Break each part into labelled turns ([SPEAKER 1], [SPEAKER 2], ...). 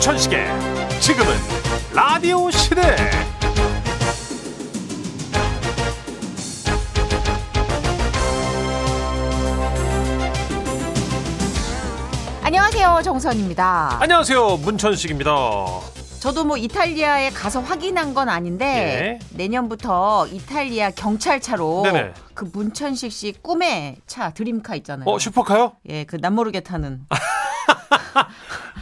[SPEAKER 1] 천식의 지금은 라디오 시대
[SPEAKER 2] 안녕하세요
[SPEAKER 1] 아.
[SPEAKER 2] 정선입니다.
[SPEAKER 1] 안녕하세요 문천식입니다 어,
[SPEAKER 2] 저도 뭐 이탈리아에 가서 확인한 건 아닌데 내년부터 이탈리아 경찰차로
[SPEAKER 1] 예. 네네.
[SPEAKER 2] 그 문천식 씨 꿈의 차 드림카 있잖아요.
[SPEAKER 1] 어 슈퍼카요? 아.
[SPEAKER 2] 예, 그 남모르게 타는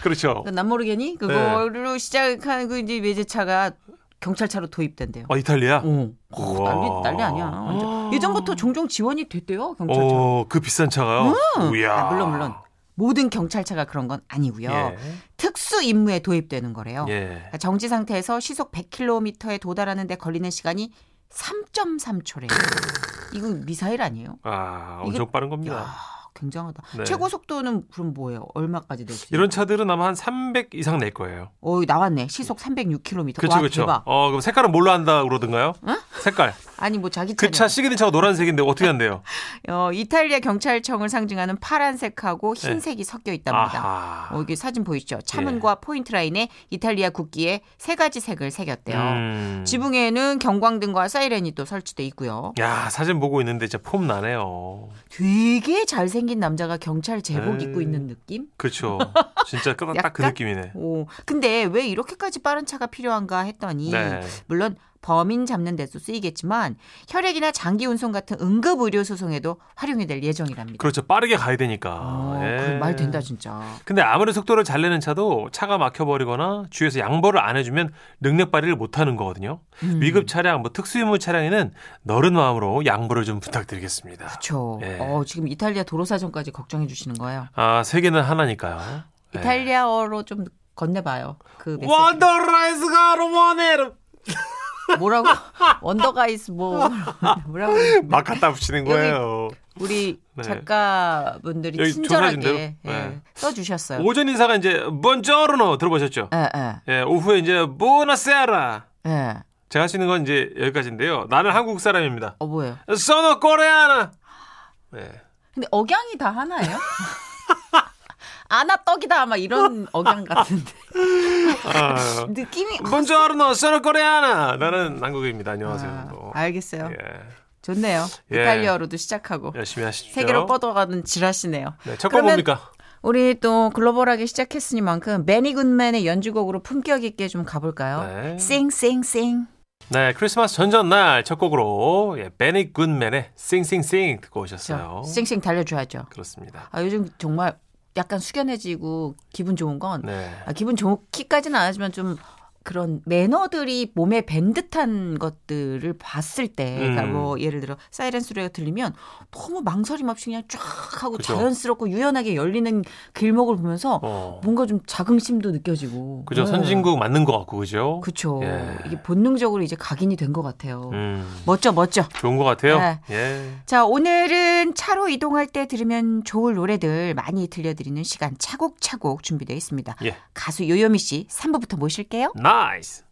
[SPEAKER 1] 그렇죠
[SPEAKER 2] 그
[SPEAKER 1] 네.
[SPEAKER 2] 남모르게니 그거로 시작한 그 이제 외제차가 경찰차로 도입된대요.
[SPEAKER 1] 어 이탈리아?
[SPEAKER 2] 어.
[SPEAKER 1] 우와.
[SPEAKER 2] 난리 난리 아니야. 완전. 예전부터 종종 지원이 됐대요 경찰차.
[SPEAKER 1] 어그 비싼 차가요?
[SPEAKER 2] 그렇죠, 음.
[SPEAKER 1] 우야
[SPEAKER 2] 아, 물론 물론 모든 경찰차가 그런 건 아니고요.
[SPEAKER 1] 예.
[SPEAKER 2] 특수 임무에 도입되는 거래요.
[SPEAKER 1] 예.
[SPEAKER 2] 그러니까 정지 상태에서 시속 100km에 도달하는데 걸리는 시간이 3.3초래요. 이건 미사일 아니에요?
[SPEAKER 1] 아
[SPEAKER 2] 이게-
[SPEAKER 1] 엄청 빠른 겁니다
[SPEAKER 2] 야, 굉장하다.
[SPEAKER 1] 네.
[SPEAKER 2] 최고 속도는 그럼 뭐예요? 얼마까지 될 수 있어요?
[SPEAKER 1] 이런 차들은 아마 한 300 이상 낼 거예요
[SPEAKER 2] 어, 나왔네. 시속 306km.
[SPEAKER 1] 그렇죠
[SPEAKER 2] 와,
[SPEAKER 1] 그렇죠
[SPEAKER 2] 대박.
[SPEAKER 1] 어 그럼 색깔은 뭘로 한다 그러던가요? 색깔
[SPEAKER 2] 아니 뭐 자기
[SPEAKER 1] 그 차
[SPEAKER 2] 차냐.
[SPEAKER 1] 시그니처가 노란색인데 어떻게 한대요?
[SPEAKER 2] 어, 이탈리아 경찰청을 상징하는 파란색하고 흰색이 섞여 있답니다.
[SPEAKER 1] 네. 아하. 예.
[SPEAKER 2] 어, 여기 사진 보이시죠? 차문과 포인트 라인에 이탈리아 국기에 세 가지 색을 새겼대요.
[SPEAKER 1] 음.
[SPEAKER 2] 지붕에는 경광등과 사이렌이 또 설치돼 있고요.
[SPEAKER 1] 야 사진 보고 있는데 진짜 폼 나네요.
[SPEAKER 2] 되게 잘생긴 남자가 경찰 제복
[SPEAKER 1] 에이.
[SPEAKER 2] 입고 있는 느낌?
[SPEAKER 1] 그렇죠. 진짜 딱 그
[SPEAKER 2] 약간?
[SPEAKER 1] 느낌이네.
[SPEAKER 2] 오, 근데 왜 이렇게까지 빠른 차가 필요한가 했더니
[SPEAKER 1] 네.
[SPEAKER 2] 물론 범인 잡는 데도 쓰이겠지만 혈액이나 장기 운송 같은 응급 의료 소송에도 활용이 될 예정이랍니다.
[SPEAKER 1] 그렇죠. 빠르게 가야 되니까.
[SPEAKER 2] 어,
[SPEAKER 1] 예.
[SPEAKER 2] 그말 된다 진짜.
[SPEAKER 1] 근데 아무리 속도를 잘 내는 차도 차가 막혀버리거나 주위에서 양보를 안 해주면 능력 발휘를 못하는 거거든요.
[SPEAKER 2] 음.
[SPEAKER 1] 위급 차량, 뭐 특수유무 차량에는 너른 마음으로 양보를 좀 부탁드리겠습니다.
[SPEAKER 2] 그렇죠.
[SPEAKER 1] 예.
[SPEAKER 2] 어, 지금 이탈리아 도로 사정까지 걱정해 주시는 거예요.
[SPEAKER 1] 아 세계는 하나니까요. 예.
[SPEAKER 2] 이탈리아어로 좀 건네봐요. 그 메시지.
[SPEAKER 1] 원더라이스가 로마네르
[SPEAKER 2] 뭐라고? 원더가이스 뭐 뭐라고?
[SPEAKER 1] 막 갖다 붙이는 거예요.
[SPEAKER 2] 우리
[SPEAKER 1] 네.
[SPEAKER 2] 작가분들이
[SPEAKER 1] 여기
[SPEAKER 2] 친절하게
[SPEAKER 1] 조사진대로?
[SPEAKER 2] 예,
[SPEAKER 1] 네.
[SPEAKER 2] 써주셨어요.
[SPEAKER 1] 오전 인사가 이제 번저르노 들어보셨죠?
[SPEAKER 2] 예, 예,
[SPEAKER 1] 예, 오후에 이제 보나세라
[SPEAKER 2] 예.
[SPEAKER 1] 제가 할 수 있는 건 이제 여기까지인데요. 나는 한국 사람입니다.
[SPEAKER 2] 어, 뭐예요?
[SPEAKER 1] 써노 코레아나. 네.
[SPEAKER 2] 근데 억양이 다 하나예요? 아나 떡이다 막 이런 억양 같은데
[SPEAKER 1] 아,
[SPEAKER 2] 느낌이
[SPEAKER 1] 먼저 하루노 써노 코레아나. 나는 한국입니다. 안녕하세요.
[SPEAKER 2] 아,
[SPEAKER 1] 또.
[SPEAKER 2] 알겠어요.
[SPEAKER 1] 예,
[SPEAKER 2] 좋네요.
[SPEAKER 1] 예.
[SPEAKER 2] 이탈리아로도 시작하고
[SPEAKER 1] 열심히 하십시오.
[SPEAKER 2] 세계로 뻗어가는 지라시네요.
[SPEAKER 1] 네, 첫곡
[SPEAKER 2] 그러면
[SPEAKER 1] 뭡니까?
[SPEAKER 2] 우리 또 글로벌하게 시작했으니만큼 매니 굿맨의 연주곡으로 품격 있게 좀 가볼까요?
[SPEAKER 1] 네.
[SPEAKER 2] 싱싱싱.
[SPEAKER 1] 네, 크리스마스 전전날 첫 곡으로 예, 베니 굿맨의 싱싱싱 듣고 오셨어요.
[SPEAKER 2] 저 싱싱 달려줘야죠.
[SPEAKER 1] 그렇습니다.
[SPEAKER 2] 아, 요즘 정말 약간 숙연해지고 기분 좋은 건
[SPEAKER 1] 네.
[SPEAKER 2] 아, 기분 좋기까지는 안 하지만 좀 그런 매너들이 몸에 밴 듯한 것들을 봤을 때, 그러니까
[SPEAKER 1] 음.
[SPEAKER 2] 뭐 예를 들어 사이렌 소리가 들리면 너무 망설임 없이 그냥 쫙 하고
[SPEAKER 1] 그죠.
[SPEAKER 2] 자연스럽고 유연하게 열리는 길목을 보면서
[SPEAKER 1] 어.
[SPEAKER 2] 뭔가 좀 자긍심도 느껴지고. 어.
[SPEAKER 1] 그죠. 선진국 맞는 것 같고 그죠?
[SPEAKER 2] 음. 그렇죠.
[SPEAKER 1] 예.
[SPEAKER 2] 이게 본능적으로 이제 각인이 된 것 같아요.
[SPEAKER 1] 음.
[SPEAKER 2] 멋져, 멋져.
[SPEAKER 1] 좋은 것 같아요.
[SPEAKER 2] 네.
[SPEAKER 1] 예.
[SPEAKER 2] 자, 오늘은 차로 이동할 때 들으면 좋을 노래들 많이 들려드리는 시간 차곡차곡 준비되어 있습니다.
[SPEAKER 1] 예.
[SPEAKER 2] 가수 요요미 씨 3부부터 모실게요.
[SPEAKER 1] 나이스.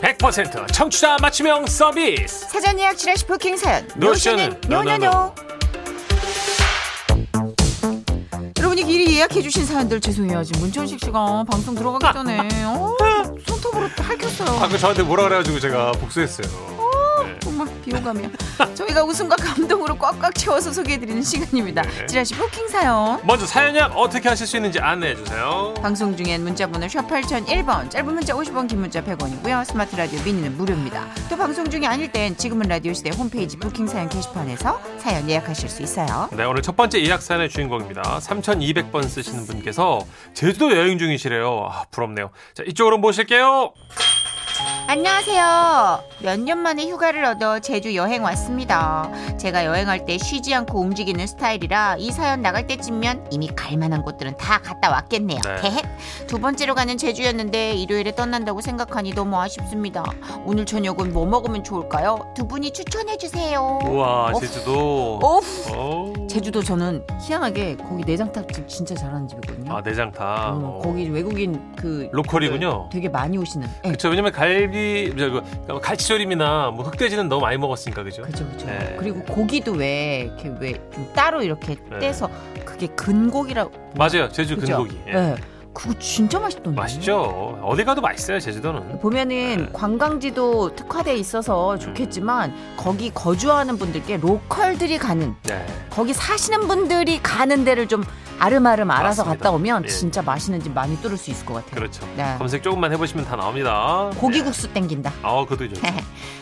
[SPEAKER 1] (100% 청취자 맞춤형 서비스
[SPEAKER 2] 사전 예약 지라시 부킹 사연
[SPEAKER 1] 노션은
[SPEAKER 2] 노노노
[SPEAKER 1] 노노노.
[SPEAKER 2] 여러분이 미리 예약해 주신 사연들 죄송해요 지금 문천식 씨가 방송 들어가기 전에 어, 손톱으로 핥혔어요
[SPEAKER 1] 아까 저한테 뭐라 그래가지고 제가 복수했어요
[SPEAKER 2] 정말 비호감이야 저희가 웃음과 감동으로 꽉꽉 채워서 소개해드리는 시간입니다
[SPEAKER 1] 네.
[SPEAKER 2] 지라시 부킹 사연
[SPEAKER 1] 먼저 사연약 어떻게 하실 수 있는지 안내해주세요
[SPEAKER 2] 방송 중엔 문자번호 샵 8001번 짧은 문자 50원 긴 문자 100원이고요 스마트 라디오 미니는 무료입니다 또 방송 중이 아닐 땐 지금은 라디오 시대 홈페이지 부킹 사연 게시판에서 사연 예약하실 수 있어요
[SPEAKER 1] 네 오늘 첫 번째 예약 사연의 주인공입니다 3200번 쓰시는 분께서 제주도 여행 중이시래요 아 부럽네요 자 이쪽으로 모실게요
[SPEAKER 2] 안녕하세요. 몇 년 만에 휴가를 얻어 제주 여행 왔습니다. 제가 여행할 때 쉬지 않고 움직이는 스타일이라 이 사연 나갈 때쯤면 이미 갈 만한 곳들은 다 갔다 왔겠네요.
[SPEAKER 1] 네.
[SPEAKER 2] 헤헤. 두 번째로 가는 제주였는데 일요일에 떠난다고 생각하니 너무 아쉽습니다. 오늘 저녁은 뭐 먹으면 좋을까요? 두 분이 추천해 주세요.
[SPEAKER 1] 우와
[SPEAKER 2] 어,
[SPEAKER 1] 제주도
[SPEAKER 2] 어,
[SPEAKER 1] 어.
[SPEAKER 2] 제주도 저는 희한하게 거기 내장탕집 진짜 잘하는 집이거든요.
[SPEAKER 1] 아 내장탕
[SPEAKER 2] 어, 거기 외국인 그
[SPEAKER 1] 로컬이군요
[SPEAKER 2] 되게 많이 오시는. 예.
[SPEAKER 1] 그렇죠 왜냐면 갈 갈비 저그 갈치조림이나 뭐 흑돼지는 너무 많이 먹었으니까 그죠?
[SPEAKER 2] 그죠 그죠.
[SPEAKER 1] 네.
[SPEAKER 2] 그리고 고기도 왜 이렇게 왜 좀 따로 이렇게
[SPEAKER 1] 네.
[SPEAKER 2] 떼서 그게 근고기라.
[SPEAKER 1] 맞아요. 제주
[SPEAKER 2] 그죠?
[SPEAKER 1] 근고기. 예.
[SPEAKER 2] 네. 그거 진짜 맛있던데.
[SPEAKER 1] 맛있죠. 어디 가도 맛있어요. 제주도는.
[SPEAKER 2] 보면은
[SPEAKER 1] 네. 음.
[SPEAKER 2] 관광지도 특화돼 있어서 좋겠지만 거기 거주하는 분들께 로컬들이 가는
[SPEAKER 1] 네.
[SPEAKER 2] 거기 사시는 분들이 가는 데를 좀 아름아름 알아서
[SPEAKER 1] 맞습니다.
[SPEAKER 2] 갔다 오면
[SPEAKER 1] 예.
[SPEAKER 2] 진짜 맛있는 집 많이 뚫을 수 있을 것 같아요.
[SPEAKER 1] 그렇죠.
[SPEAKER 2] 네.
[SPEAKER 1] 검색 조금만 해보시면 다 나옵니다. 네.
[SPEAKER 2] 고기국수 땡긴다.
[SPEAKER 1] 아, 그것도 좋죠.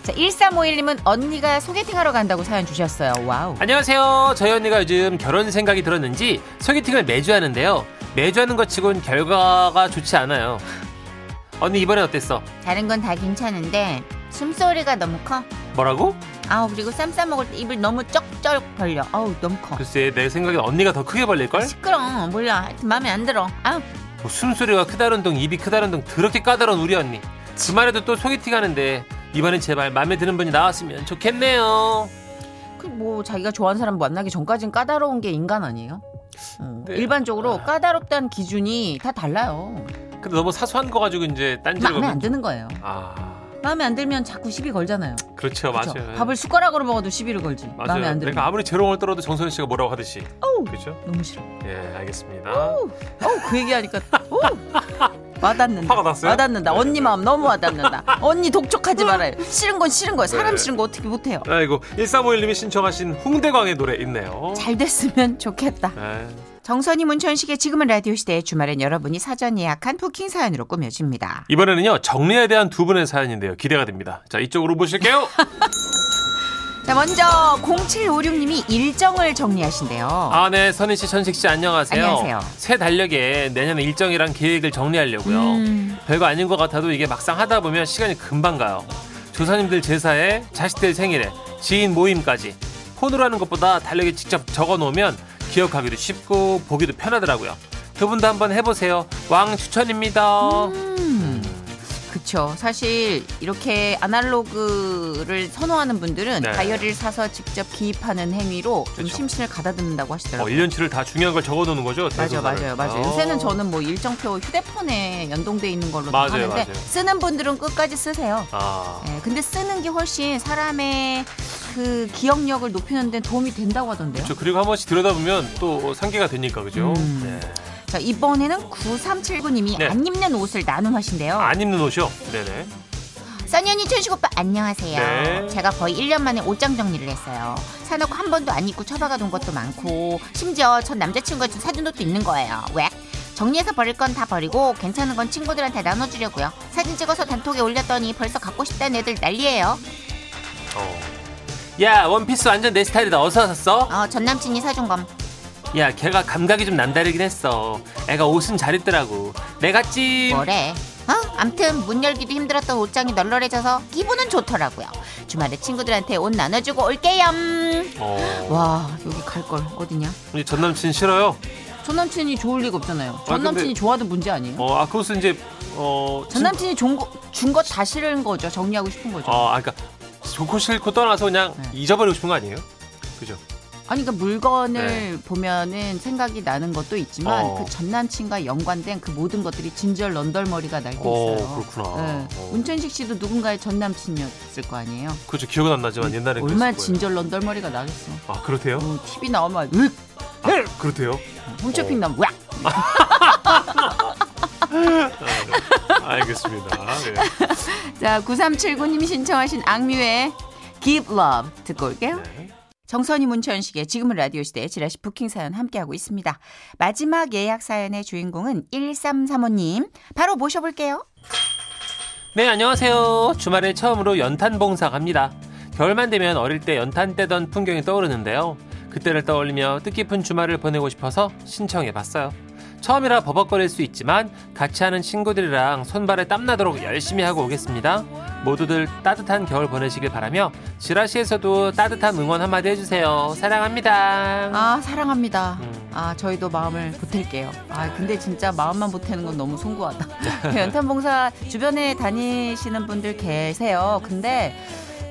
[SPEAKER 2] 자, 1351님은 언니가 소개팅하러 간다고 사연 주셨어요. 와우.
[SPEAKER 1] 아. 안녕하세요. 저희 언니가 요즘 결혼 생각이 들었는지 소개팅을 매주 하는데요. 매주 하는 것 치곤 결과가 좋지 않아요. 언니 이번엔 어땠어?
[SPEAKER 2] 다른 건 다 괜찮은데 숨소리가 너무 커.
[SPEAKER 1] 뭐라고?
[SPEAKER 2] 아우 그리고 쌈싸 먹을 때 입을 너무 쩍쩍 벌려. 아우 너무 커.
[SPEAKER 1] 글쎄 내 생각엔 언니가 더 크게 벌릴걸?
[SPEAKER 2] 시끄러. 몰라. 하여튼 마음에 안 들어. 아우
[SPEAKER 1] 뭐 숨소리가 크다는 둥 입이 크다는 둥 더럽게 까다로운 우리 언니. 주말에도 또 소개팅 하는데 이번엔 제발 마음에 드는 분이 나왔으면 좋겠네요.
[SPEAKER 2] 그 뭐 자기가 좋아하는 사람 만나기 전까진 까다로운 게 인간 아니에요? 어,
[SPEAKER 1] 네.
[SPEAKER 2] 일반적으로
[SPEAKER 1] 아.
[SPEAKER 2] 까다롭다는 기준이 다 달라요.
[SPEAKER 1] 근데 너무 사소한 거 가지고 이제 딴지를
[SPEAKER 2] 마음에 안
[SPEAKER 1] 걸면
[SPEAKER 2] 드는 거예요.
[SPEAKER 1] 아
[SPEAKER 2] 마음에 안 들면 자꾸 시비 걸잖아요.
[SPEAKER 1] 그렇죠
[SPEAKER 2] 그쵸?
[SPEAKER 1] 맞아요.
[SPEAKER 2] 밥을 숟가락으로 먹어도 시비를 걸지.
[SPEAKER 1] 맞아요.
[SPEAKER 2] 마음에 안 들면
[SPEAKER 1] 내가 아무리 재롱을 떨어도 정선희 씨가 뭐라고 하듯이
[SPEAKER 2] 어우,
[SPEAKER 1] 그렇죠?
[SPEAKER 2] 너무 싫어.
[SPEAKER 1] 예 알겠습니다.
[SPEAKER 2] 어우 그 얘기하니까 어우, 와닿는다.
[SPEAKER 1] 화가 났어요?
[SPEAKER 2] 와닿는다.
[SPEAKER 1] 네,
[SPEAKER 2] 언니
[SPEAKER 1] 네.
[SPEAKER 2] 마음 너무 와닿는다. 언니 독촉하지 말아요. 싫은 건 싫은 거예요. 사람
[SPEAKER 1] 네.
[SPEAKER 2] 싫은 거 어떻게 못해요.
[SPEAKER 1] 아이고 1351님이 신청하신 홍대광의 노래 있네요.
[SPEAKER 2] 잘 됐으면 좋겠다.
[SPEAKER 1] 예.
[SPEAKER 2] 정선이 문천식의 지금은 라디오 시대의 주말엔 여러분이 사전 예약한 부킹 사연으로 꾸며집니다.
[SPEAKER 1] 이번에는요 정리에 대한 두 분의 사연인데요 기대가 됩니다. 자 이쪽으로 보실게요.
[SPEAKER 2] 자, 먼저 0756님이 일정을 정리하신대요.
[SPEAKER 1] 아, 네, 선희 씨, 천식 씨, 안녕하세요.
[SPEAKER 2] 어. 안녕하세요.
[SPEAKER 1] 새 달력에 내년의 일정이랑 계획을 정리하려고요.
[SPEAKER 2] 음.
[SPEAKER 1] 별거 아닌 것 같아도 이게 막상 하다 보면 시간이 금방 가요. 조사님들 제사에, 자식들 생일에, 지인 모임까지. 폰으로 하는 것보다 달력에 직접 적어 놓으면 기억하기도 쉽고 보기도 편하더라고요. 두 분도 한번 해보세요. 왕 추천입니다.
[SPEAKER 2] 음. 그쵸. 사실 이렇게 아날로그를 선호하는 분들은
[SPEAKER 1] 네.
[SPEAKER 2] 다이어리를 사서 직접 기입하는 행위로 좀
[SPEAKER 1] 그쵸.
[SPEAKER 2] 심신을 가다듬는다고
[SPEAKER 1] 어,
[SPEAKER 2] 하시더라고요.
[SPEAKER 1] 1년치를 다 중요한 걸 적어 놓는 거죠?
[SPEAKER 2] 맞아요,
[SPEAKER 1] 대소사를.
[SPEAKER 2] 맞아요, 맞아요.
[SPEAKER 1] 어.
[SPEAKER 2] 요새는 저는 뭐 일정표 휴대폰에 연동돼 있는 걸로 다
[SPEAKER 1] 맞아요,
[SPEAKER 2] 하는데
[SPEAKER 1] 맞아요.
[SPEAKER 2] 쓰는 분들은 끝까지 쓰세요.
[SPEAKER 1] 아.
[SPEAKER 2] 예, 근데 쓰는 게 훨씬 사람의 그 기억력을 높이는 데 도움이 된다고 하던데요.
[SPEAKER 1] 그렇죠. 그리고 한 번씩 들여다보면 또 상기가 되니까, 그죠?
[SPEAKER 2] 음.
[SPEAKER 1] 네.
[SPEAKER 2] 자, 이번에는 9379님이
[SPEAKER 1] 네.
[SPEAKER 2] 안 입는 옷을 나눔하신대요.
[SPEAKER 1] 아, 안 입는 옷이요? 네네.
[SPEAKER 2] 써니언니 천식 오빠 안녕하세요.
[SPEAKER 1] 네.
[SPEAKER 2] 제가 거의 1년 만에 옷장 정리를 했어요. 사놓고 한 번도 안 입고 처박아 둔 것도 많고 심지어 전 남자친구가 좀 사준 옷도 있는 거예요. 왜? 정리해서 버릴 건 다 버리고 괜찮은 건 친구들한테 나눠주려고요. 사진 찍어서 단톡에 올렸더니 벌써 갖고 싶다는 애들 난리예요.
[SPEAKER 1] 어. 야 원피스 완전 내 스타일이다 어디서 샀어?
[SPEAKER 2] 어, 전 남친이 사준 검.
[SPEAKER 1] 야 걔가 감각이 좀 남다르긴 했어 애가 옷은 잘 입더라고 내가 찜
[SPEAKER 2] 뭐래? 어? 암튼 문 열기도 힘들었던 옷장이 널널해져서 기분은 좋더라고요. 주말에 친구들한테 옷 나눠주고 올게요.
[SPEAKER 1] 어.
[SPEAKER 2] 와 여기 갈 걸 어디냐?
[SPEAKER 1] 우리 전 남친 싫어요?
[SPEAKER 2] 전 남친이 좋을 리가 없잖아요. 전
[SPEAKER 1] 근데-
[SPEAKER 2] 남친이 좋아도 문제 아니에요.
[SPEAKER 1] 어 아쿠스 이제 어
[SPEAKER 2] 전 남친이 준것 다 싫은 거죠. 정리하고 싶은 거죠.
[SPEAKER 1] 어, 아 그러니까 좋고 싫고 떠나서 그냥
[SPEAKER 2] 네.
[SPEAKER 1] 잊어버리고 싶은 거 아니에요? 그죠?
[SPEAKER 2] 아니 그러니까 물건을 보면은 생각이 나는 것도 있지만
[SPEAKER 1] 네. 어.
[SPEAKER 2] 그 전 남친과 연관된 그 모든 것들이 진절 런덜머리가 날 때
[SPEAKER 1] 어,
[SPEAKER 2] 있어요. 네.
[SPEAKER 1] 그렇구나. 어.
[SPEAKER 2] 문천식 씨도 누군가의 전 남친이었을 거 아니에요.
[SPEAKER 1] 그죠 기억은 안 나지만 옛날에
[SPEAKER 2] 네. 얼마나
[SPEAKER 1] 그랬을
[SPEAKER 2] 진절 런덜머리가 나겠어.
[SPEAKER 1] 거예요. 아 그렇대요?
[SPEAKER 2] 어, TV 나오면 으악!
[SPEAKER 1] 아, 그렇대요?
[SPEAKER 2] 홈쇼핑 나오면 으악!
[SPEAKER 1] 아, 알겠습니다 네.
[SPEAKER 2] 자 9379님이 신청하신 악뮤의 Give Love 듣고 올게요.
[SPEAKER 1] 네.
[SPEAKER 2] 정선이 문천식의 지금은 라디오 시대 지라시 부킹 사연 함께하고 있습니다. 마지막 예약 사연의 주인공은 1335님. 바로 모셔볼게요.
[SPEAKER 1] 네, 안녕하세요. 주말에 처음으로 연탄 봉사 갑니다. 겨울만 되면 어릴 때 연탄 떼던 풍경이 떠오르는데요. 그때를 떠올리며 뜻깊은 주말을 보내고 싶어서 신청해 봤어요. 처음이라 버벅거릴 수 있지만 같이 하는 친구들이랑 손발에 땀나도록 열심히 하고 오겠습니다. 모두들 따뜻한 겨울 보내시길 바라며 지라시에서도 따뜻한 응원 한마디 해주세요. 사랑합니다.
[SPEAKER 2] 아, 사랑합니다.
[SPEAKER 1] 음.
[SPEAKER 2] 아, 저희도 마음을 보탤게요. 아, 근데 진짜 마음만 보태는 건 너무 송구하다. 네, 연탄봉사 주변에 다니시는 분들 계세요. 근데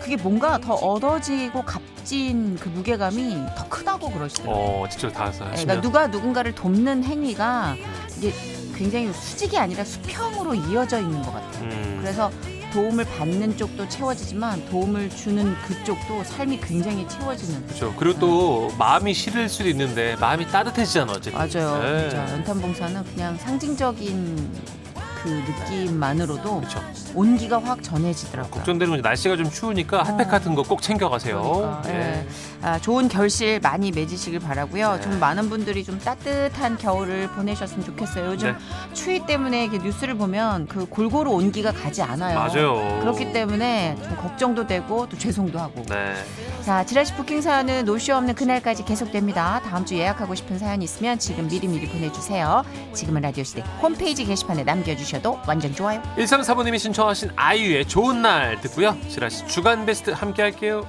[SPEAKER 2] 그게 뭔가 더 얻어지고 값진 그 무게감이 더 크다고 그러시더라고요.
[SPEAKER 1] 어, 직접 다
[SPEAKER 2] 그러니까
[SPEAKER 1] 하시면
[SPEAKER 2] 누가 누군가를 돕는 행위가 이게 굉장히 수직이 아니라 수평으로 이어져 있는 것 같아요.
[SPEAKER 1] 음,
[SPEAKER 2] 그래서 도움을 받는 쪽도 채워지지만 도움을 주는 그쪽도 삶이 굉장히 채워지는
[SPEAKER 1] 그렇죠. 그리고 또 마음이 시릴 수도 있는데 마음이 따뜻해지잖아 어쨌든.
[SPEAKER 2] 맞아요.
[SPEAKER 1] 네.
[SPEAKER 2] 진짜 연탄봉사는 그냥 상징적인 그 느낌만으로도
[SPEAKER 1] 그렇죠.
[SPEAKER 2] 온기가 확 전해지더라고요.
[SPEAKER 1] 걱정되는 건 날씨가 좀 추우니까 핫팩 같은 거 꼭 챙겨가세요.
[SPEAKER 2] 아. 그러니까,
[SPEAKER 1] 예.
[SPEAKER 2] 예. 아, 좋은 결실 많이 맺으시길 바라고요.
[SPEAKER 1] 네.
[SPEAKER 2] 좀 많은 분들이 좀 따뜻한 겨울을 보내셨으면 좋겠어요. 요즘
[SPEAKER 1] 네.
[SPEAKER 2] 추위 때문에 이렇게 뉴스를 보면 그 골고루 온기가 가지 않아요.
[SPEAKER 1] 맞아요.
[SPEAKER 2] 그렇기 때문에 좀 걱정도 되고 또 죄송도 하고.
[SPEAKER 1] 네.
[SPEAKER 2] 자, 지라시 부킹 사연은 노쇼 없는 그날까지 계속됩니다. 다음 주 예약하고 싶은 사연 있으면 지금 미리미리 보내주세요. 지금은 라디오 시대 홈페이지 게시판에 남겨주셔도 완전 좋아요.
[SPEAKER 1] 1345님이 신청하신 아이유의 좋은 날 듣고요. 지라시 주간 베스트 함께 할게요.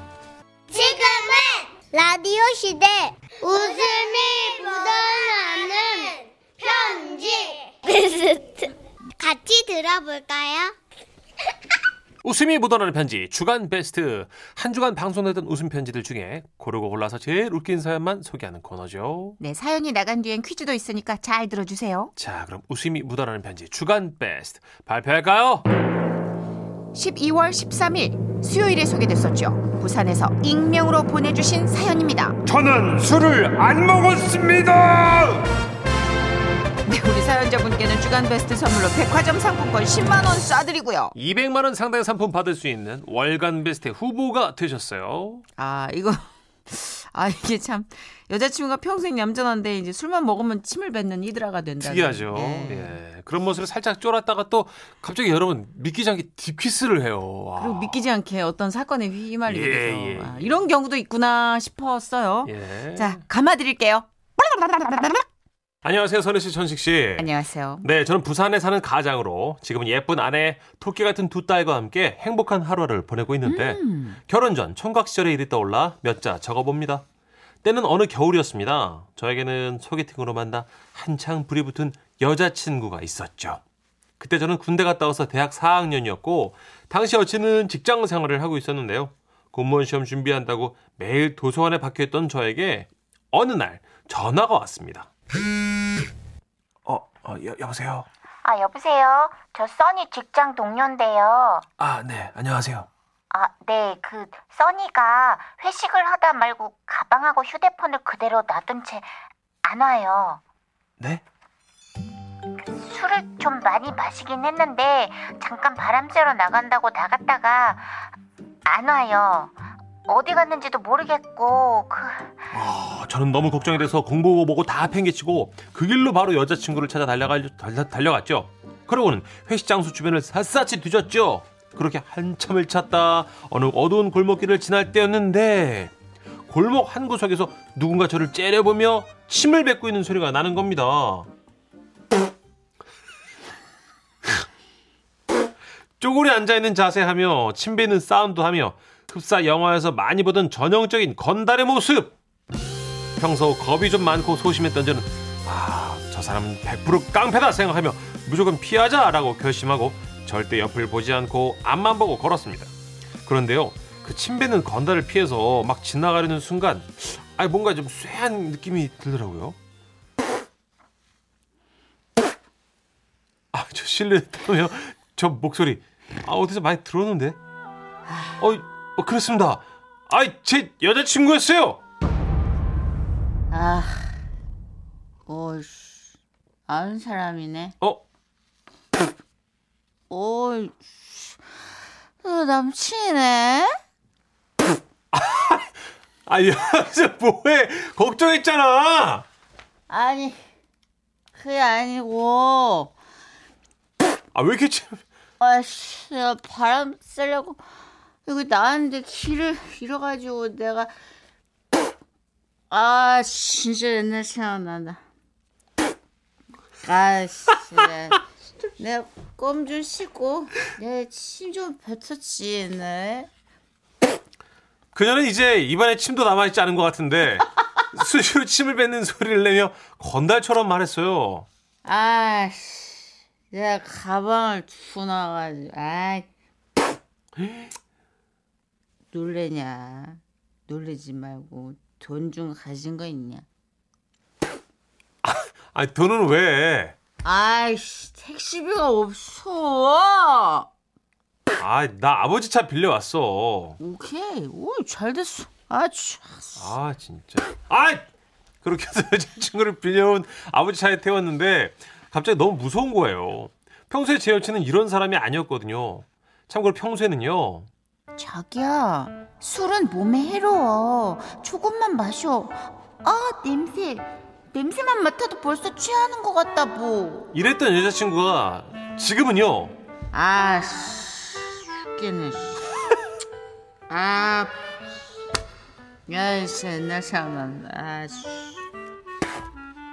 [SPEAKER 3] 지금은 라디오 시대 웃음이 묻어나는 편지 베스트 같이 들어볼까요?
[SPEAKER 1] 웃음이 묻어나는 편지 주간 베스트 한 주간 방송되던 웃음 편지들 중에 고르고 골라서 제일 웃긴 사연만 소개하는 코너죠.
[SPEAKER 4] 네, 사연이 나간 뒤엔 퀴즈도 있으니까 잘 들어주세요.
[SPEAKER 1] 자, 그럼 웃음이 묻어나는 편지 주간 베스트 발표할까요?
[SPEAKER 4] 12월 13일 수요일에 소개됐었죠. 부산에서 익명으로 보내주신 사연입니다.
[SPEAKER 5] 저는 술을 안 먹었습니다.
[SPEAKER 2] 네, 우리 사연자분께는 주간 베스트 선물로 백화점 상품권 10만 원 쏴드리고요.
[SPEAKER 1] 200만 원 상당의 상품 받을 수 있는 월간 베스트 후보가 되셨어요.
[SPEAKER 2] 아 이거 아 이게 참 여자친구가 평생 얌전한데 이제 술만 먹으면 침을 뱉는 이드라가 된다.
[SPEAKER 1] 특이하죠. 예. 그런 모습을 살짝 쫄았다가 또 갑자기 여러분 믿기지 않게 딥키스를 해요. 와.
[SPEAKER 2] 그리고 뭐 믿기지 않게 어떤 사건에 휘말리게
[SPEAKER 1] 예,
[SPEAKER 2] 돼서
[SPEAKER 1] 예,
[SPEAKER 2] 아,
[SPEAKER 1] 예.
[SPEAKER 2] 이런 경우도 있구나 싶었어요.
[SPEAKER 1] 예.
[SPEAKER 2] 자 감아드릴게요.
[SPEAKER 1] 안녕하세요, 선우 씨, 천식 씨.
[SPEAKER 2] 안녕하세요.
[SPEAKER 1] 네, 저는 부산에 사는 가장으로 지금은 예쁜 아내, 토끼 같은 두 딸과 함께 행복한 하루를 보내고 있는데 결혼 전 총각 시절의 일이 떠올라 몇 자 적어봅니다. 때는 어느 겨울이었습니다. 저에게는 소개팅으로 만나 한창 불이 붙은 여자친구가 있었죠. 그때 저는 군대 갔다 와서 대학 4학년이었고 당시 여친은 직장 생활을 하고 있었는데요. 공무원 시험 준비한다고 매일 도서관에 박혀있던 저에게 어느 날 전화가 왔습니다. 어, 어 여, 여보세요?
[SPEAKER 6] 아, 여보세요. 저 써니 직장 동료인데요.
[SPEAKER 1] 아, 네, 안녕하세요.
[SPEAKER 6] 아, 네. 그 써니가 회식을 하다 말고 가방하고 휴대폰을 그대로 놔둔 채 안 와요.
[SPEAKER 1] 네?
[SPEAKER 6] 술을 좀 많이 마시긴 했는데 잠깐 바람 쐬러 나간다고 나갔다가 안 와요. 어디 갔는지도 모르겠고 그
[SPEAKER 1] 아, 저는 너무 걱정이 돼서 공보고 보고 다 팽개치고 그 길로 바로 여자친구를 찾아 달려갈, 달려, 달려갔죠. 그러고는 회식 장소 주변을 샅샅이 뒤졌죠. 그렇게 한참을 찾다 어느 어두운 골목길을 지날 때였는데 골목 한 구석에서 누군가 저를 째려보며 침을 뱉고 있는 소리가 나는 겁니다. 쪼그리 앉아있는 자세하며 침 뱉는 사운드하며 흡사 영화에서 많이 보던 전형적인 건달의 모습 평소 겁이 좀 많고 소심했던 저는 아 저 사람은 100% 깡패다 생각하며 무조건 피하자라고 결심하고 절대 옆을 보지 않고 앞만 보고 걸었습니다 그런데요 그 침 뱉는 건달을 피해서 막 지나가려는 순간 아 뭔가 좀 쇠한 느낌이 들더라고요 아 저 실례했다며 저 목소리 아 어디서 많이 들었는데 어이, 어 그렇습니다 아이 제 여자친구였어요
[SPEAKER 2] 아, 오씨, 아는 사람이네.
[SPEAKER 1] 어
[SPEAKER 2] 오이, 어, 남친이네.
[SPEAKER 1] 아, 야, 진짜 뭐해? 걱정했잖아.
[SPEAKER 2] 아니, 그게 아니고,
[SPEAKER 1] 아, 왜 이렇게 참...
[SPEAKER 2] 아씨, 나 바람 쐬려고 여기 나왔는데 길을 잃어가지고 내가 아 진짜 옛날 생각난다. 아씨, 내가 껌 좀 씻고 내 침 좀 뱉었지 옛날.
[SPEAKER 1] 그녀는 이제 입안에 침도 남아 있지 않은 것 같은데 수시로 침을 뱉는 소리를 내며 건달처럼 말했어요.
[SPEAKER 2] 아씨, 내가 가방을 두고 나가지고 아이 놀래냐? 놀래지 말고 돈 좀 가진 거 있냐?
[SPEAKER 1] 아, 돈은 왜?
[SPEAKER 2] 아이씨 택시비가 없어.
[SPEAKER 1] 아, 나 아버지 차 빌려왔어.
[SPEAKER 2] 오케이. 오, 잘 됐어. 아, 참.
[SPEAKER 1] 아, 진짜. 아! 그렇게 해서 여자친구를 빌려온 아버지 차에 태웠는데 갑자기 너무 무서운 거예요. 평소에 제 여친은 이런 사람이 아니었거든요. 참고로 평소에는요.
[SPEAKER 2] 자기야, 술은 몸에 해로워. 조금만 마셔. 아, 냄새. 냄새만 맡아도 벌써 취하는 것 같다, 뭐.
[SPEAKER 1] 이랬던 여자친구가 지금은요.
[SPEAKER 2] 아, 씨. 웃기네, 씨. 아, 야, 씨, 옛날 생각난다. 아, 씨.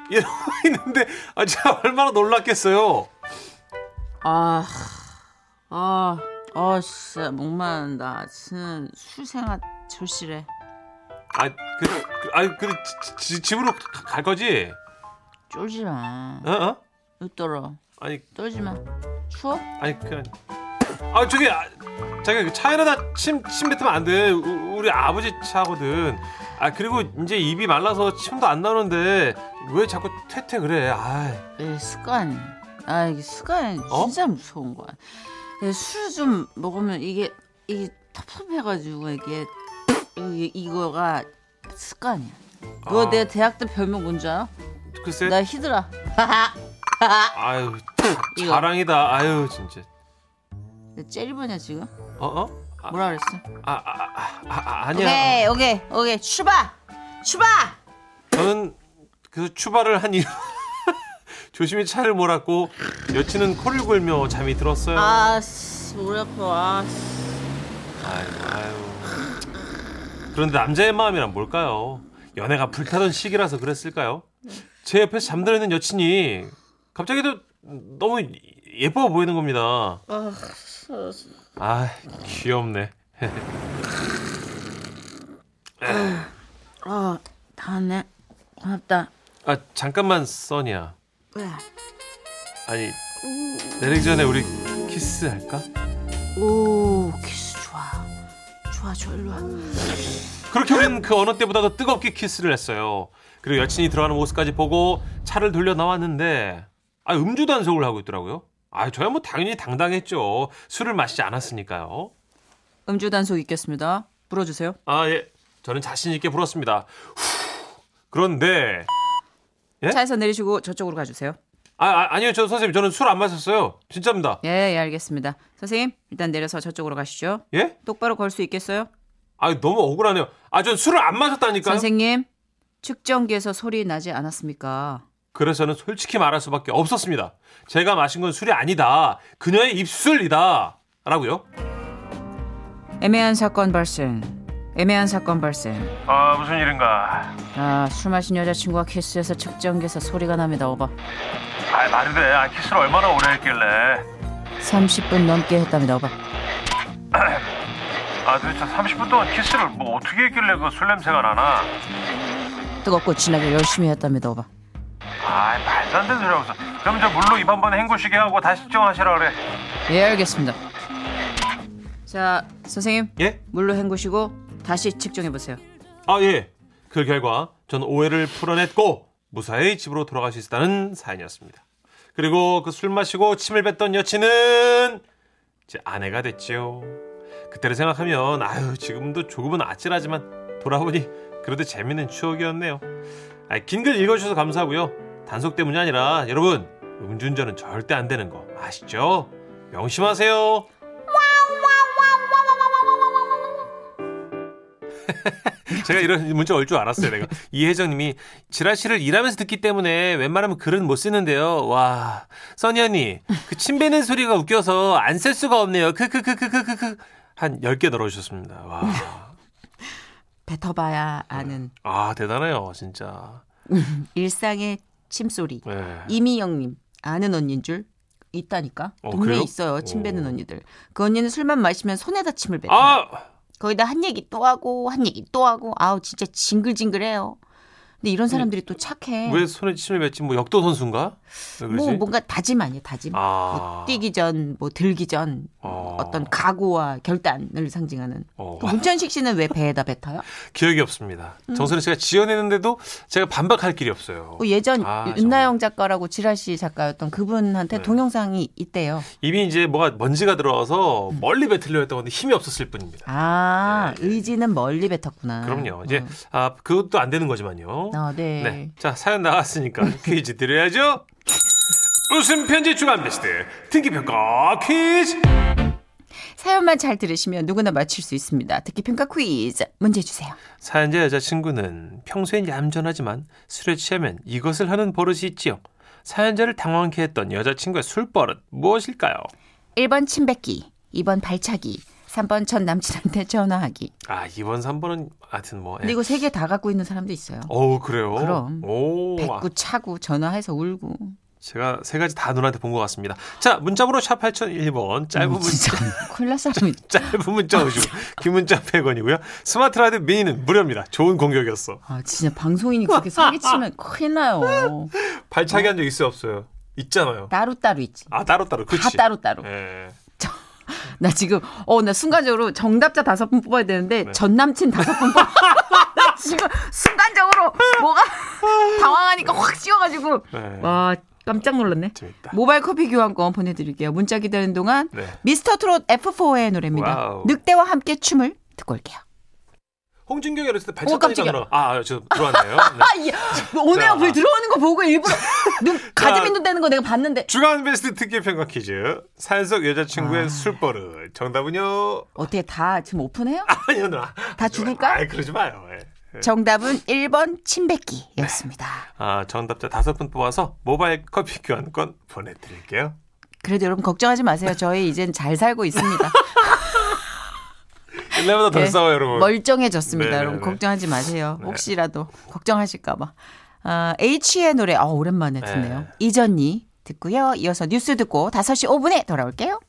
[SPEAKER 1] 이러고 있는데 아, 제가 얼마나 놀랐겠어요.
[SPEAKER 2] 아, 아, 아, 진짜 목마른다. 진짜 술생활 절실해.
[SPEAKER 1] 아, 그, 그, 아, 그, 지- 지- 집으로 가- 갈 거지?
[SPEAKER 2] 쫄지 마.
[SPEAKER 1] 어? 어?
[SPEAKER 2] 웃더러.
[SPEAKER 1] 아니,
[SPEAKER 2] 쫄지 마. 추워?
[SPEAKER 1] 아니, 그, 아, 저기, 아, 자기 그 차에다 침, 침 뱉으면 안 돼. 우, 우리 아버지 차거든. 아, 그리고 이제 입이 말라서 침도 안 나오는데 왜 자꾸 퇴퇴 그래? 아,
[SPEAKER 2] 예, 습관. 아 이게 습관이
[SPEAKER 1] 어?
[SPEAKER 2] 진짜 무서운 거야. 예, 술 좀 먹으면 이게 이게 텁텁해가지고 이게 이- 이거가 습관이야. 그거
[SPEAKER 1] 아.
[SPEAKER 2] 내 대학 때 별명 뭔지 알아?
[SPEAKER 1] 글쎄,
[SPEAKER 2] 나 히드라.
[SPEAKER 1] 아유, 자-
[SPEAKER 2] 이거.
[SPEAKER 1] 자랑이다. 아유, 진짜.
[SPEAKER 2] 내 째리보냐 지금?
[SPEAKER 1] 어, 어? 아,
[SPEAKER 2] 뭐라 그랬어?
[SPEAKER 1] 아, 아, 아, 아, 아, 아니야.
[SPEAKER 2] 오케이 오케이 오케이 출발 출발.
[SPEAKER 1] 저는 그래서 추발을 한 이후 조심히 차를 몰았고 여친은 코를 골며 잠이 들었어요.
[SPEAKER 2] 아씨 머리 아파. 아, 씨.
[SPEAKER 1] 아이고, 아이고. 그런데 남자의 마음이란 뭘까요? 연애가 불타던 시기라서 그랬을까요? 제 옆에서 잠들어 있는 여친이 갑자기도 너무 예뻐 보이는 겁니다. 아, 귀엽네.
[SPEAKER 2] 아 다네 고맙다. 네.
[SPEAKER 1] 아, 잠깐만 써니야.
[SPEAKER 2] 왜?
[SPEAKER 1] 아니,
[SPEAKER 2] 음.
[SPEAKER 1] 내리기 전에 우리 키스할까?
[SPEAKER 2] 오 키스 좋아. 좋아 좋아 일로 와.
[SPEAKER 1] 그렇게 우리는 그 어느 때보다도 뜨겁게 키스를 했어요. 그리고 여친이 들어가는 모습까지 보고 차를 돌려 나왔는데 아 음주 단속을 하고 있더라고요. 아 저야 뭐 당연히 당당했죠. 술을 마시지 않았으니까요.
[SPEAKER 2] 음주 단속 있겠습니다. 불어주세요.
[SPEAKER 1] 아 예, 저는 자신 있게 불었습니다. 후. 그런데 예?
[SPEAKER 2] 차에서 내리시고 저쪽으로 가주세요.
[SPEAKER 1] 아, 아 아니요 저 선생님 저는 술 안 마셨어요. 진짜입니다.
[SPEAKER 2] 예, 예, 알겠습니다. 선생님, 일단 내려서 저쪽으로 가시죠.
[SPEAKER 1] 예?
[SPEAKER 2] 똑바로 걸 수 있겠어요?
[SPEAKER 1] 아 너무 억울하네요. 아 전 술을 안 마셨다니까요.
[SPEAKER 2] 선생님, 측정기에서 소리 나지 않았습니까?
[SPEAKER 1] 그래서 저는 솔직히 말할 수밖에 없었습니다. 제가 마신 건 술이 아니다. 그녀의 입술이다. 라고요.
[SPEAKER 2] 애매한 사건 발생. 애매한 사건 발생.
[SPEAKER 7] 아 무슨 일인가?
[SPEAKER 2] 아, 술 마신 여자친구와 키스해서 측정기에서 소리가 납니다. 오바.
[SPEAKER 7] 아 말이 돼. 아 키스를 얼마나 오래 했길래?
[SPEAKER 2] 30분 넘게 했답니다. 오바.
[SPEAKER 7] 아 도대체 30분 동안 키스를 뭐 어떻게 했길래 그 술 냄새가 나나?
[SPEAKER 2] 뜨겁고 진하게 열심히 했답니다. 오바.
[SPEAKER 7] 아 말도 안 되는 소리 하고 있어. 그럼 저 물로 입 한 번 헹구시게 하고 다시 측정하시라 그래.
[SPEAKER 2] 예, 알겠습니다. 자, 선생님,
[SPEAKER 1] 예?
[SPEAKER 2] 물로 헹구시고 다시 측정해 보세요.
[SPEAKER 1] 아 예. 그 결과 전 오해를 풀어냈고 무사히 집으로 돌아갈 수 있었다는 사연이었습니다. 그리고 그 술 마시고 침을 뱉던 여친은 제 아내가 됐지요. 그때를 생각하면 아유 지금도 조금은 아찔하지만 돌아보니 그래도 재밌는 추억이었네요. 아, 긴글 읽어주셔서 감사하고요. 단속 때문이 아니라 여러분 음주운전은 절대 안 되는 거 아시죠? 명심하세요. 제가 이런 문자 올 줄 알았어요. 내가 이혜정님이 지라 씨를 일하면서 듣기 때문에 웬만하면 글은 못 쓰는데요. 와 써니 언니 그 침 베는 소리가 웃겨서 안 쓸 수가 없네요. 크크크크크크크 한 10개 넣어주셨습니다. 와.
[SPEAKER 2] 뱉어봐야 아는
[SPEAKER 1] 아 대단해요 진짜.
[SPEAKER 2] 일상의 침소리.
[SPEAKER 1] 예.
[SPEAKER 2] 이미영님 아는 언니인 줄 있다니까.
[SPEAKER 1] 어,
[SPEAKER 2] 동네에
[SPEAKER 1] 그래요?
[SPEAKER 2] 있어요. 침 뱉는
[SPEAKER 1] 오.
[SPEAKER 2] 언니들. 그 언니는 술만 마시면 손에다 침을 뱉어요.
[SPEAKER 1] 아
[SPEAKER 2] 거기다 한 얘기 또 하고 한 얘기 또 하고 아우 진짜 징글징글해요. 근데 이런 사람들이 또 착해.
[SPEAKER 1] 왜 손에 침을 뱉지? 뭐 역도 선수인가? 왜 그러지?
[SPEAKER 2] 뭐 뭔가 다짐 아니야 다짐.
[SPEAKER 1] 아.
[SPEAKER 2] 뭐 뛰기 전, 뭐 들기 전
[SPEAKER 1] 어.
[SPEAKER 2] 어떤 각오와 결단을 상징하는.
[SPEAKER 1] 어.
[SPEAKER 2] 그 문천식 씨는 왜 배에다 뱉어요?
[SPEAKER 1] 기억이 없습니다. 정선우 씨가 지어내는데도 제가 반박할 길이 없어요.
[SPEAKER 2] 그 예전
[SPEAKER 1] 아,
[SPEAKER 2] 윤나영 작가라고 지라시 작가였던 그분한테
[SPEAKER 1] 네.
[SPEAKER 2] 동영상이 있대요.
[SPEAKER 1] 이미 이제 뭐가 먼지가 들어와서 멀리 뱉으려 했던 건데 힘이 없었을 뿐입니다.
[SPEAKER 2] 아
[SPEAKER 1] 네.
[SPEAKER 2] 의지는 멀리 뱉었구나.
[SPEAKER 1] 그럼요. 이제 아 그것도 안 되는 거지만요.
[SPEAKER 2] 어. 음. 아, 네.
[SPEAKER 1] 네. 자, 사연 나왔으니까 퀴즈 드려야죠. 웃음 편지 주간 베스트 등기평가 퀴즈.
[SPEAKER 2] 사연만 잘 들으시면 누구나 맞힐 수 있습니다. 듣기 평가 퀴즈 문제 주세요.
[SPEAKER 1] 사연자 여자친구는 평소엔 얌전하지만 술에 취하면 이것을 하는 버릇이 있지요. 사연자를 당황케 했던 여자친구의 술 버릇 무엇일까요?
[SPEAKER 2] 1번 침뱉기, 2번 발차기, 3번 전 남친한테 전화하기.
[SPEAKER 1] 아, 2번, 3번은 하여튼 뭐. 예.
[SPEAKER 2] 근데 이거 세 개 다 갖고 있는 사람도 있어요.
[SPEAKER 1] 어우, 그래요?
[SPEAKER 2] 네. 그럼.
[SPEAKER 1] 오, 아,
[SPEAKER 2] 뱉고 차고 전화해서 울고.
[SPEAKER 1] 제가 세 가지 다 눈한테 본 것 같습니다. 자, 문자번호 샵 8001번, 짧은
[SPEAKER 2] 음, 진짜
[SPEAKER 1] 문자,
[SPEAKER 2] 콜라 사람이
[SPEAKER 1] 짧은 문자 50원, 긴 문자 100원이고요. 스마트 라디오 미니는 무료입니다. 좋은 공격이었어.
[SPEAKER 2] 아 진짜 방송인이 그렇게 사기치면 큰일 나요.
[SPEAKER 1] 발차기 한 적 있어요, 없어요? 있잖아요.
[SPEAKER 2] 따로 따로 있지.
[SPEAKER 1] 아, 따로따로. 그치.
[SPEAKER 2] 다 따로 따로.
[SPEAKER 1] 예.
[SPEAKER 2] 나 지금 어 나 순간적으로 정답자 다섯 분 뽑아야 되는데
[SPEAKER 1] 네.
[SPEAKER 2] 전 남친 다섯 분 뽑아. 나 지금 순간적으로 뭐가 당황하니까 확 씌워가지고
[SPEAKER 1] 네.
[SPEAKER 2] 와 깜짝 놀랐네.
[SPEAKER 1] 재밌다.
[SPEAKER 2] 모바일 커피 교환권 보내드릴게요. 문자 기다리는 동안
[SPEAKER 1] 네.
[SPEAKER 2] 미스터 트롯 F4의 노래입니다.
[SPEAKER 1] 와우.
[SPEAKER 2] 늑대와 함께 춤을 듣고 올게요.
[SPEAKER 1] 홍진경 이랬을 때
[SPEAKER 2] 오, 깜짝이야.
[SPEAKER 1] 발차기잖아요. 아, 아, 저 들어왔네요. 네.
[SPEAKER 2] 아, 이, 오늘
[SPEAKER 1] 자.
[SPEAKER 2] 앞에 들어오는 거 보고 일부러 눈 가지빈 눈 되는 거 내가 봤는데
[SPEAKER 1] 주간 베스트 특기 평가 퀴즈. 산속 여자친구의
[SPEAKER 2] 아.
[SPEAKER 1] 술버릇. 정답은요?
[SPEAKER 2] 어떻게 다 지금 오픈해요?
[SPEAKER 1] 아니요, 누나.
[SPEAKER 2] 다 죽을까?
[SPEAKER 1] 아, 그러지 마요. 예.
[SPEAKER 2] 정답은 1번 침뱉기였습니다.
[SPEAKER 1] 아, 정답자 다섯 분 뽑아서 모바일 커피 교환권 보내드릴게요.
[SPEAKER 2] 그래도 여러분 걱정하지 마세요. 저희 이젠 잘 살고 있습니다.
[SPEAKER 1] 옛날보다 덜
[SPEAKER 2] 네.
[SPEAKER 1] 싸워요, 여러분.
[SPEAKER 2] 멀쩡해졌습니다.
[SPEAKER 1] 네, 네,
[SPEAKER 2] 여러분
[SPEAKER 1] 네.
[SPEAKER 2] 걱정하지 마세요.
[SPEAKER 1] 네.
[SPEAKER 2] 혹시라도 걱정하실까봐. 아, H의 노래 어, 오랜만에 듣네요.
[SPEAKER 1] 네.
[SPEAKER 2] 이전니 듣고요. 이어서 뉴스 듣고 5시 5분에 돌아올게요.